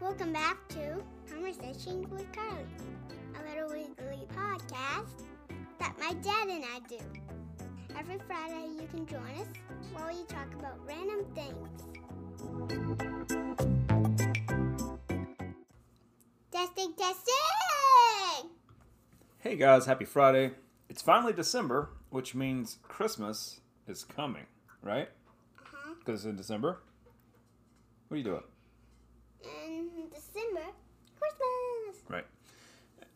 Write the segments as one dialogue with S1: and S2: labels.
S1: Welcome back to Conversations with Carly, a little weekly podcast that my dad and I do. Every Friday, you can join us while we talk about random things. Testing, testing!
S2: Hey guys, happy Friday. It's finally December, which means Christmas is coming, right? Because it's in December. What are you doing?
S1: In December, Christmas!
S2: Right.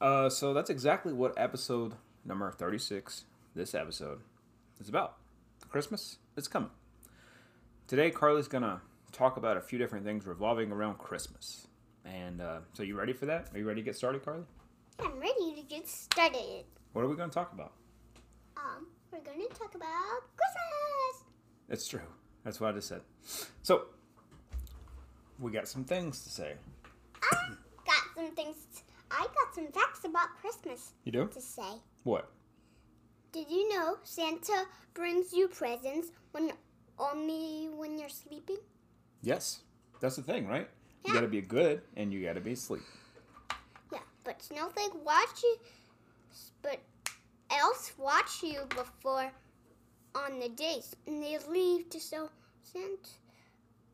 S2: Uh, so that's exactly what episode number 36, this episode, is about. Christmas is coming. Today, Carly's going to talk about a few different things revolving around Christmas. And uh, so, you ready for that? Are you ready to get started, Carly?
S1: I'm ready to get started.
S2: What are we going to talk about?
S1: Um, we're going to talk about Christmas!
S2: It's true. That's what I just said. So, we got some things to say.
S1: I got some things. I got some facts about Christmas
S2: You do?
S1: to say.
S2: What?
S1: Did you know Santa brings you presents when only when you're sleeping?
S2: Yes. That's the thing, right? You
S1: Yeah.
S2: gotta be good and you gotta be asleep.
S1: Yeah, but Snowflake watch you, but else watch you before on the days, and they leave to so Santa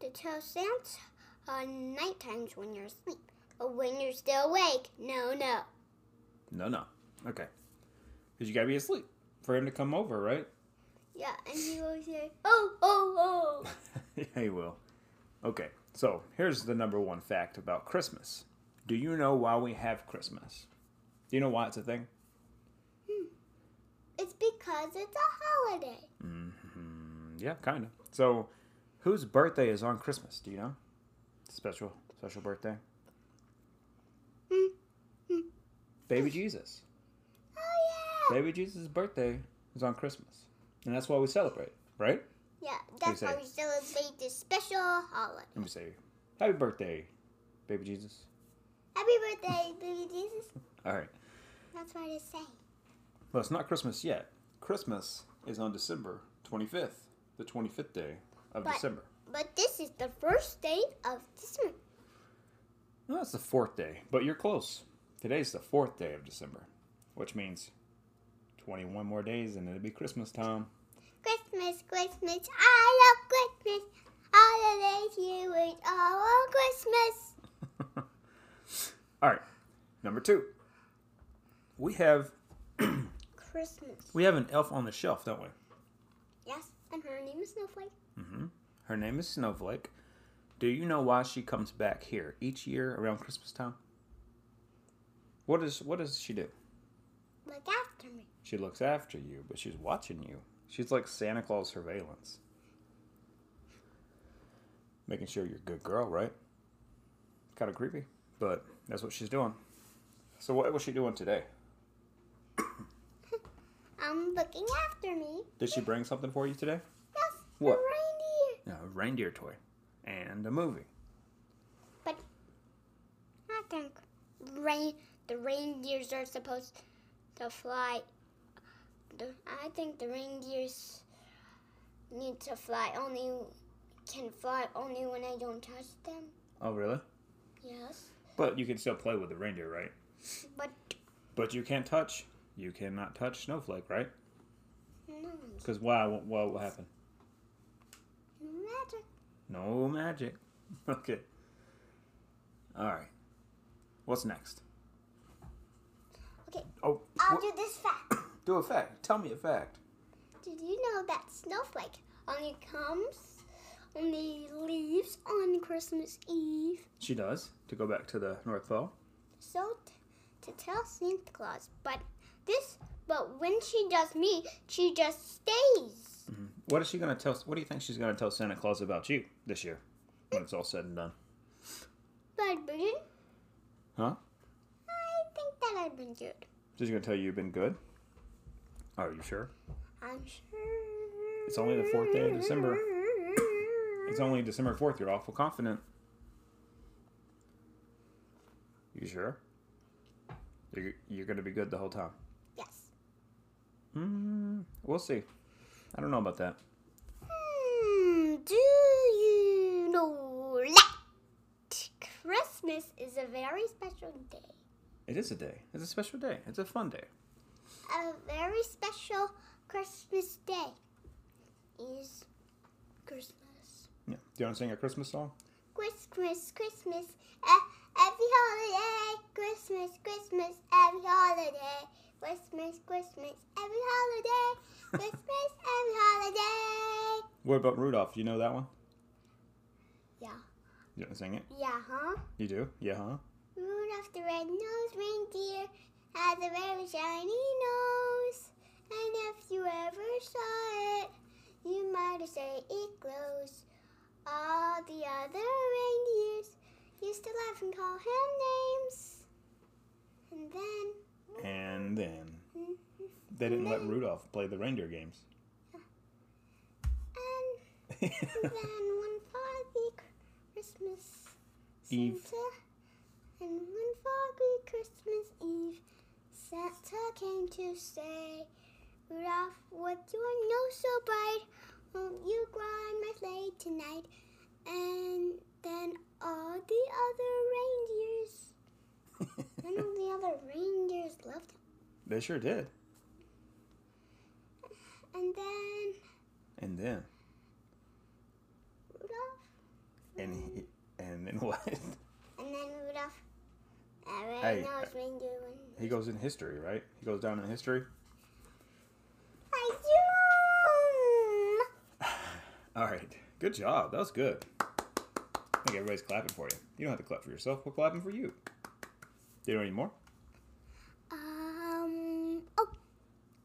S1: to tell Santa on night times when you're asleep, but when you're still awake, no, no.
S2: No, no. Okay. Because you gotta be asleep for him to come over, right?
S1: Yeah, and he will say, oh, oh, oh.
S2: yeah, he will. Okay. So, here's the number one fact about Christmas Do you know why we have Christmas? Do you know why it's a thing?
S1: It's because it's a holiday.
S2: Mm, yeah, kind of. So, whose birthday is on Christmas? Do you know? Special, special birthday? Baby Jesus.
S1: Oh yeah.
S2: Baby Jesus' birthday is on Christmas. And that's why we celebrate, right?
S1: Yeah, that's
S2: They
S1: why
S2: say-
S1: we celebrate this special holiday.
S2: Let me say, Happy birthday, Baby Jesus.
S1: Happy birthday, baby Jesus.
S2: All right.
S1: That's what I say.
S2: Well, it's not Christmas yet. Christmas is on December 25th, the 25th day of
S1: But-
S2: December.
S1: But this is the first day of December.
S2: No, that's the fourth day, but you're close. Today's the fourth day of December, which means 21 more days and it'll be Christmas time.
S1: Christmas, Christmas, I love Christmas. Holidays, you wait all on Christmas.
S2: All right. Number two. We have
S1: Christmas.
S2: we have an elf on the shelf, don't we?
S1: Yes, and her name is Snowflake.
S2: Her name is Snowflake. Do you know why she comes back here each year around Christmas time? What is what does she do?
S1: Look after me.
S2: She looks after you, but she's watching you. She's like Santa Claus surveillance. Making sure you're a good girl, right? Kind of creepy, but that's what she's doing. So what was she doing today?
S1: I'm looking after me.
S2: Did she bring something for you today?
S1: Yes,
S2: What?
S1: a reindeer.
S2: A reindeer toy and a movie.
S1: But I think rain, the reindeers are supposed to fly. The, I think the reindeers need to fly only can fly only when I don't touch them.
S2: Oh, really?
S1: Yes,
S2: But you can still play with the reindeer, right?
S1: but
S2: But you can't touch. You cannot touch Snowflake, right?
S1: no
S2: Because why? What, what will happen?
S1: magic.
S2: No magic. Okay. All right. What's next?
S1: Okay,
S2: Oh,
S1: I'll
S2: wh-
S1: do this fact.
S2: do a fact. Tell me a fact.
S1: Did you know that snowflake only comes, only leaves on Christmas Eve?
S2: She does. To go back to the North Pole.
S1: so t- to tell Santa Claus, but this, but when she does me, she just stays.
S2: What is she gonna tell? What do you think she's gonna tell Santa Claus about you this year when it's all said and done?
S1: But Bridget,
S2: Huh?
S1: I think that I've been good.
S2: She's gonna tell you you've been good. Are you sure?
S1: I'm sure.
S2: It's only the fourth day of December. It's only December fourth. You're awful confident. You sure? You're, you're gonna be good the whole time.
S1: Yes.
S2: Hmm. We'll see. I don't know about that.
S1: Hmm, do you know that Christmas Christmas is a very special day.
S2: It is a day. It's a special day. It's a fun day.
S1: A very special Christmas day is Christmas.
S2: Yeah. Do you want to sing a Christmas song?
S1: Christmas, Christmas, e- every holiday. Christmas, Christmas, every holiday. Christmas, Christmas, every holiday. Christmas, every holiday.
S2: What about Rudolph? Do you know that one?
S1: Yeah.
S2: You want to sing it?
S1: Yeah, huh?
S2: You do? Yeah, huh?
S1: Rudolph the red-nosed reindeer had a very shiny nose, and if you ever saw it, you might say it glows. All the other reindeers used to laugh and call him names. And then,
S2: And then they didn't let Rudolph play the reindeer games.
S1: and then one foggy Cr- Christmas
S2: Eve.
S1: Santa, and one foggy Christmas Eve, Santa came to say, Rudolph, what's your nose so bright? Won't you grind my sleigh tonight? And then all the other reindeers, none of the other reindeers loved him.
S2: they sure did.
S1: And then
S2: And then
S1: Rudolph,
S2: and he, and then what?
S1: and then Rudolph, that
S2: Hey, uh,
S1: red-nosed reindeer went.
S2: He goes in history, right? He goes down in history.
S1: I
S2: All right. Good job. That was good. I think everybody's clapping for you. You don't have to clap for yourself. We're clapping for you. Do you know any more?
S1: Um. Oh,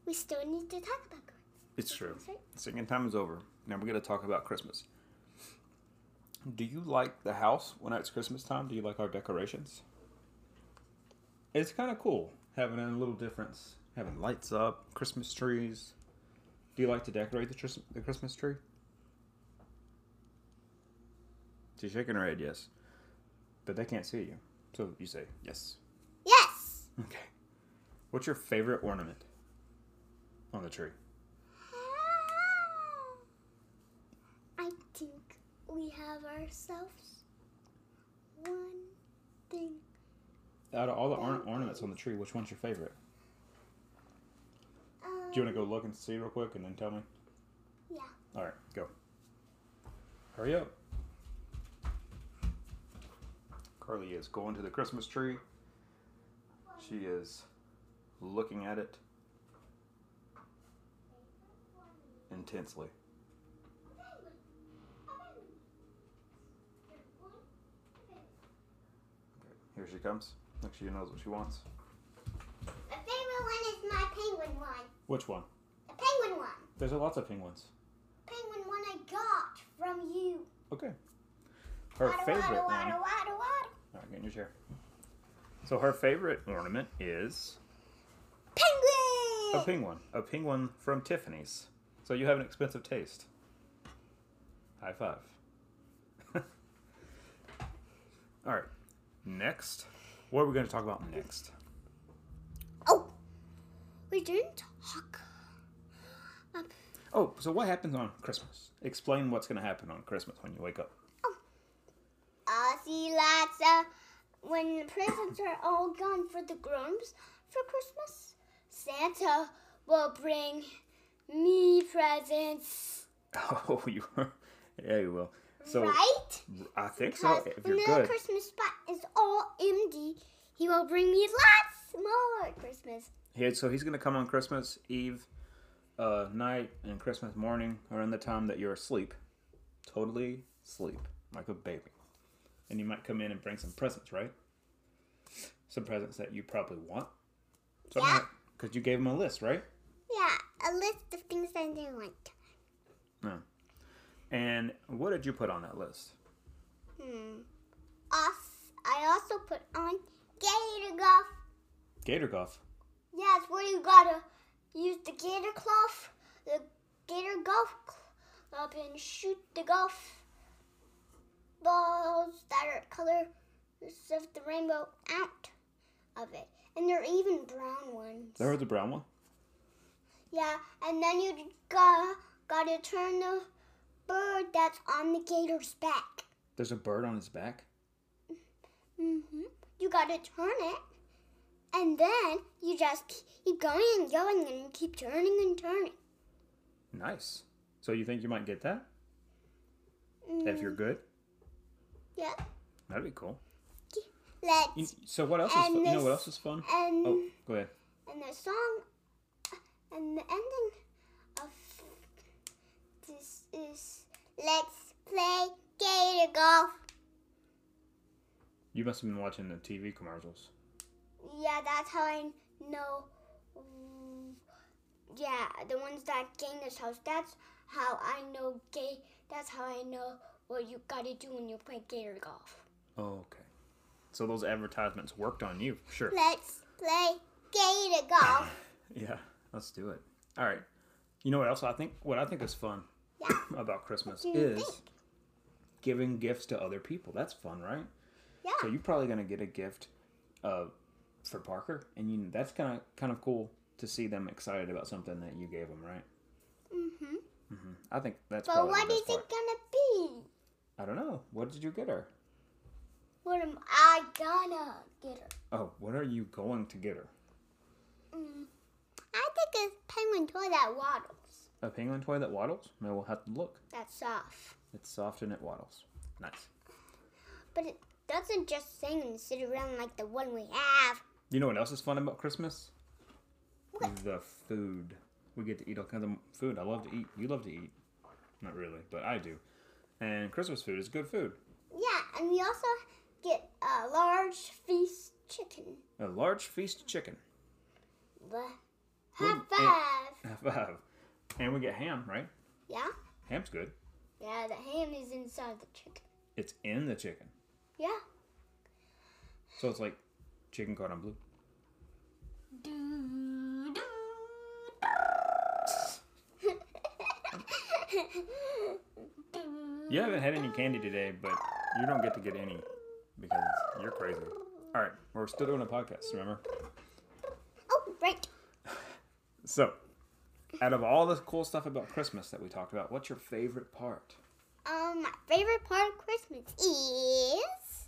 S1: we still need to talk about Christmas.
S2: It's true.
S1: right?
S2: Singing time is over. Now we're going to talk about Christmas. Do you like the house when it's Christmas time? Do you like our decorations? It's kind of cool having a little difference, having lights up, Christmas trees. Do you like to decorate the, tris- the Christmas tree? She's shaking her head, yes. But they can't see you. So you say yes.
S1: Yes.
S2: Okay. What's your favorite ornament on the tree?
S1: I think we have ourselves one thing.
S2: Out of all the orn- ornaments on the tree, which one's your favorite?
S1: Um,
S2: Do you want to go look and see real quick and then tell me?
S1: Yeah.
S2: All right, go. Hurry up. Carly is going to the Christmas tree. She is looking at it intensely. Okay, here she comes. Look, she knows what she wants.
S1: My favorite one is my penguin one.
S2: Which one?
S1: The penguin one.
S2: There's lots of penguins.
S1: Penguin one I got from you.
S2: Okay. Her
S1: Wada, wada,
S2: favorite one.
S1: wada, wada, wada.
S2: All right, get in your chair. So her favorite ornament is a
S1: Penguin.
S2: penguin, a penguin from Tiffany's. So you have an expensive taste. High five. All right. Next, what are we going to talk about next?
S1: Oh, we didn't talk. Um,
S2: Oh, so what happens on Christmas? Explain what's going to happen on Christmas when you wake up.
S1: I see lots of when the presents are all gone for the grooms for Christmas. Santa will bring me presents,
S2: Oh, you were. Yeah, you will. So
S1: right?
S2: I think so.
S1: Because
S2: If
S1: when
S2: you're
S1: the
S2: good,
S1: Christmas spot is all empty, he will bring me lots more at Christmas.
S2: Yeah, so he's gonna come on Christmas Eve uh, night and Christmas morning around the time that you're asleep, totally sleep like a baby, and you might come in and bring some presents, right? Some presents that you probably want, something
S1: Yeah.
S2: because you gave him a list, right?
S1: Yeah, a list of things I didn't want.
S2: No. And what did you put on that list?
S1: Hmm. Us, I also put on gator golf
S2: Gator golf.
S1: Yeah, it's where you gotta use the gator cloth, the gator golf club, and shoot the golf balls that are colors of the rainbow out of it. And there are even brown ones.
S2: There was the brown one.
S1: Yeah, and then you gotta, gotta turn the bird that's on the gator's back.
S2: There's a bird on his back.
S1: Mm-hmm. You gotta turn it, and then you just keep going and going and keep turning and turning.
S2: Nice. So you think you might get that if you're good?
S1: Mm-hmm. Yeah.
S2: That'd be cool.
S1: Let's.
S2: You- so what else? Is fun?
S1: And
S2: You know
S1: this-
S2: what else is fun?
S1: and
S2: Oh, go ahead.
S1: and the song uh, and the ending of this is let's play gator golf.
S2: You must have been watching the TV commercials.
S1: Yeah, that's how I know. mm, Yeah, the ones that Gator's house. That's how I know gay. That's how I know what you gotta do when you play gator golf.
S2: Oh, okay. So those advertisements worked on you, sure.
S1: Let's play gator golf.
S2: Yeah, let's do it. All right. You know what else I think? What I think is fun
S1: Yeah.
S2: about Christmas
S1: do you
S2: is
S1: think?
S2: giving gifts to other people. That's fun, right?
S1: Yeah.
S2: So you're probably gonna get a gift, uh, for Parker, and you that's kind of kind of cool to see them excited about something that you gave them, right?
S1: Mhm.
S2: hmm I think that's.
S1: But
S2: probably
S1: what
S2: the
S1: is
S2: best part.
S1: it gonna be?
S2: I don't know. What did you get her?
S1: What am I gonna get her?
S2: Oh, what are you going to get her?
S1: Mm, I think it's penguin toy that waddles.
S2: A penguin toy that waddles? No, we'll have to look.
S1: That's soft.
S2: It's soft and it waddles. Nice.
S1: But it doesn't just sing and sit around like the one we have.
S2: You know what else is fun about Christmas? The food. We get to eat all kinds of food. I love to eat. You love to eat. Not really, but I do. And Christmas food is good food.
S1: Yeah, and we also get a large feast chicken.
S2: A large feast chicken.
S1: The
S2: Well,
S1: high
S2: it-
S1: five.
S2: High Five. And we get ham, right?
S1: Yeah?
S2: Ham's good.
S1: Yeah, the ham is inside the chicken.
S2: It's in the chicken.
S1: Yeah.
S2: So it's like chicken cordon bleu.
S1: Do, do, do.
S2: You haven't had any candy today, but you don't get to get any because you're crazy. All right, we're still doing a podcast, remember?
S1: Oh, right.
S2: So, out of all the cool stuff about Christmas that we talked about, what's your favorite part?
S1: Um, my favorite part of Christmas is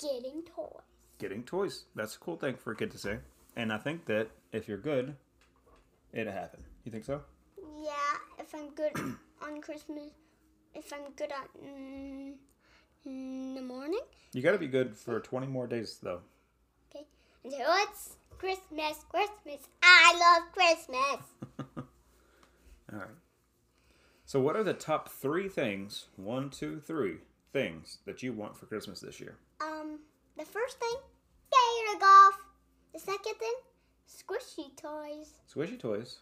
S1: getting toys.
S2: Getting toys. That's a cool thing for a kid to say. And I think that if you're good, it'll happen. You think so?
S1: Yeah, if I'm good on Christmas, if I'm good at mm, in the morning.
S2: You gotta be good for 20 more days, though.
S1: Okay, until it's Christmas, Christmas. I love Christmas.
S2: All right. So, what are the top three things, one, two, three things that you want for Christmas this year?
S1: Um, the first thing, gator golf. The second thing, squishy toys.
S2: Squishy toys.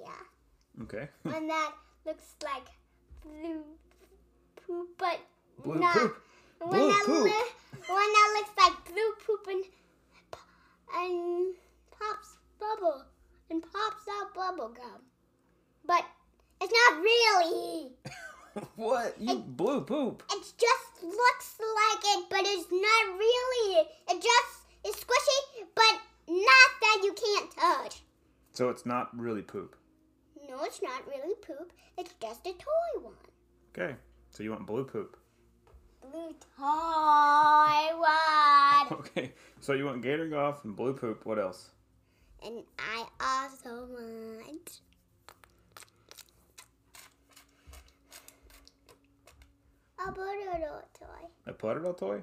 S1: Yeah.
S2: Okay.
S1: one that looks like blue poop, but
S2: Blue
S1: not
S2: poop.
S1: One,
S2: Blue
S1: that
S2: poop.
S1: Li- one that looks like blue poop and p- and pops bubble and pops out bubble gum, but it's not really.
S2: what? You blue poop.
S1: It just looks like it, but it's not really. It just is squishy, but not that you can't touch.
S2: So, it's not really poop.
S1: No, it's not really poop. It's just a toy one.
S2: Okay. So, you want blue poop.
S1: Blue toy one.
S2: Okay. So, you want gator golf and blue poop. What else?
S1: And I also want. A Bororo toy.
S2: A Potterdo toy?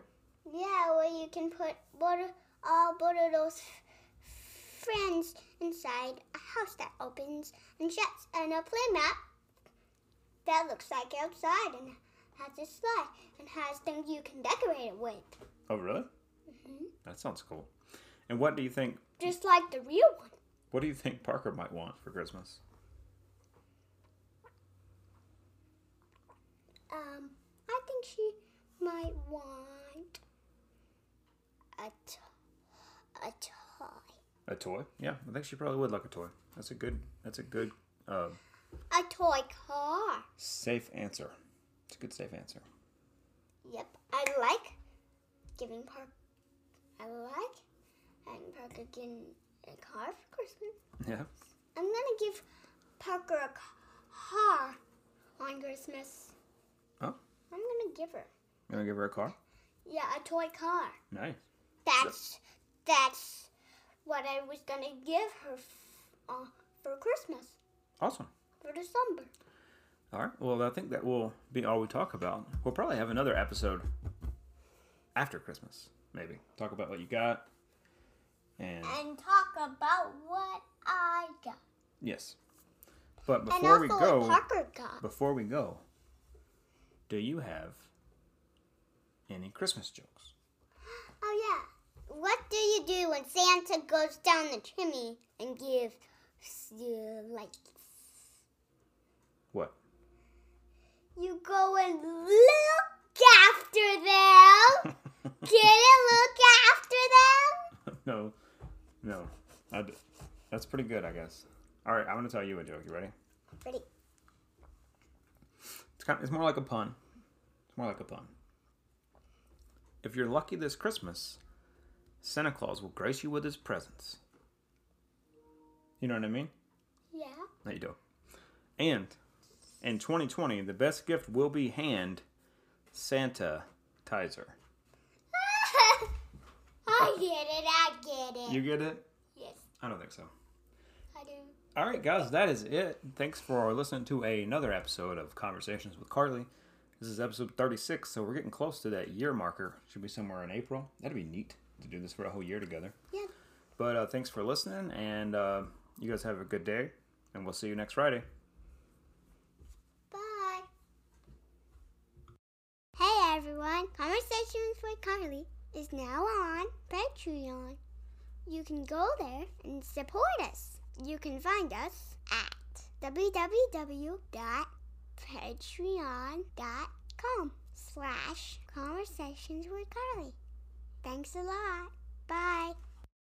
S1: Yeah, where you can put Bor- all Bororo's f- friends inside a house that opens and shuts, and a play mat that looks like outside and has a slide and has things you can decorate it with.
S2: Oh, really?
S1: Mm-hmm.
S2: That sounds cool. And what do you think?
S1: Just like the real one.
S2: What do you think Parker might want for Christmas?
S1: Um, I think she might want a to- a toy.
S2: A toy? Yeah, I think she probably would like a toy. That's a good. That's a good, uh,
S1: A toy car.
S2: safe answer. It's a good safe answer.
S1: Yep, I like giving Park. I like having Parker get a car for Christmas.
S2: Yeah.
S1: I'm gonna give Parker a ca- car on Christmas.
S2: Oh.
S1: I'm gonna give her
S2: You gonna give her a car?
S1: Yeah, a toy car.
S2: Nice.
S1: That's that's what I was gonna give her f- uh, for Christmas
S2: Awesome.
S1: for December.
S2: All right. Well, I think that will be all we talk about. We'll probably have another episode after Christmas, maybe. Talk about what you got. And
S1: And talk about what I got.
S2: yes. But
S1: And
S2: before
S1: also
S2: we go,
S1: what Parker got.
S2: before we go, do you have any Christmas jokes?
S1: Oh yeah. What do you do when Santa goes down the chimney and gives you lights?
S2: What?
S1: You go and look after them. Get it? Look after them.
S2: no, no. I d- that's pretty good, I guess. All right, I'm gonna tell you a joke. You ready?
S1: Pretty.
S2: It's kind. it's more like a pun. It's more like a pun. If you're lucky this Christmas, Santa Claus will grace you with his presence. You know what I mean?
S1: Yeah.
S2: No, you do. And in 2020, the best gift will be hand sanitizer.
S1: I get it. I get it.
S2: You get it?
S1: yes,
S2: I don't think so.
S1: I do.
S2: All right, guys, that is it. Thanks for listening to another episode of Conversations with Carly. This is episode 36, so we're getting close to that year marker. Should be somewhere in April. That'd be neat to do this for a whole year together.
S1: Yeah.
S2: But uh, thanks for listening, and uh, you guys have a good day, and we'll see you next Friday.
S1: Bye. Hey everyone, Conversations with Carly is now on Patreon. You can go there and support us. You can find us at www.patreon.com slash conversations with Carly. Thanks a lot. Bye.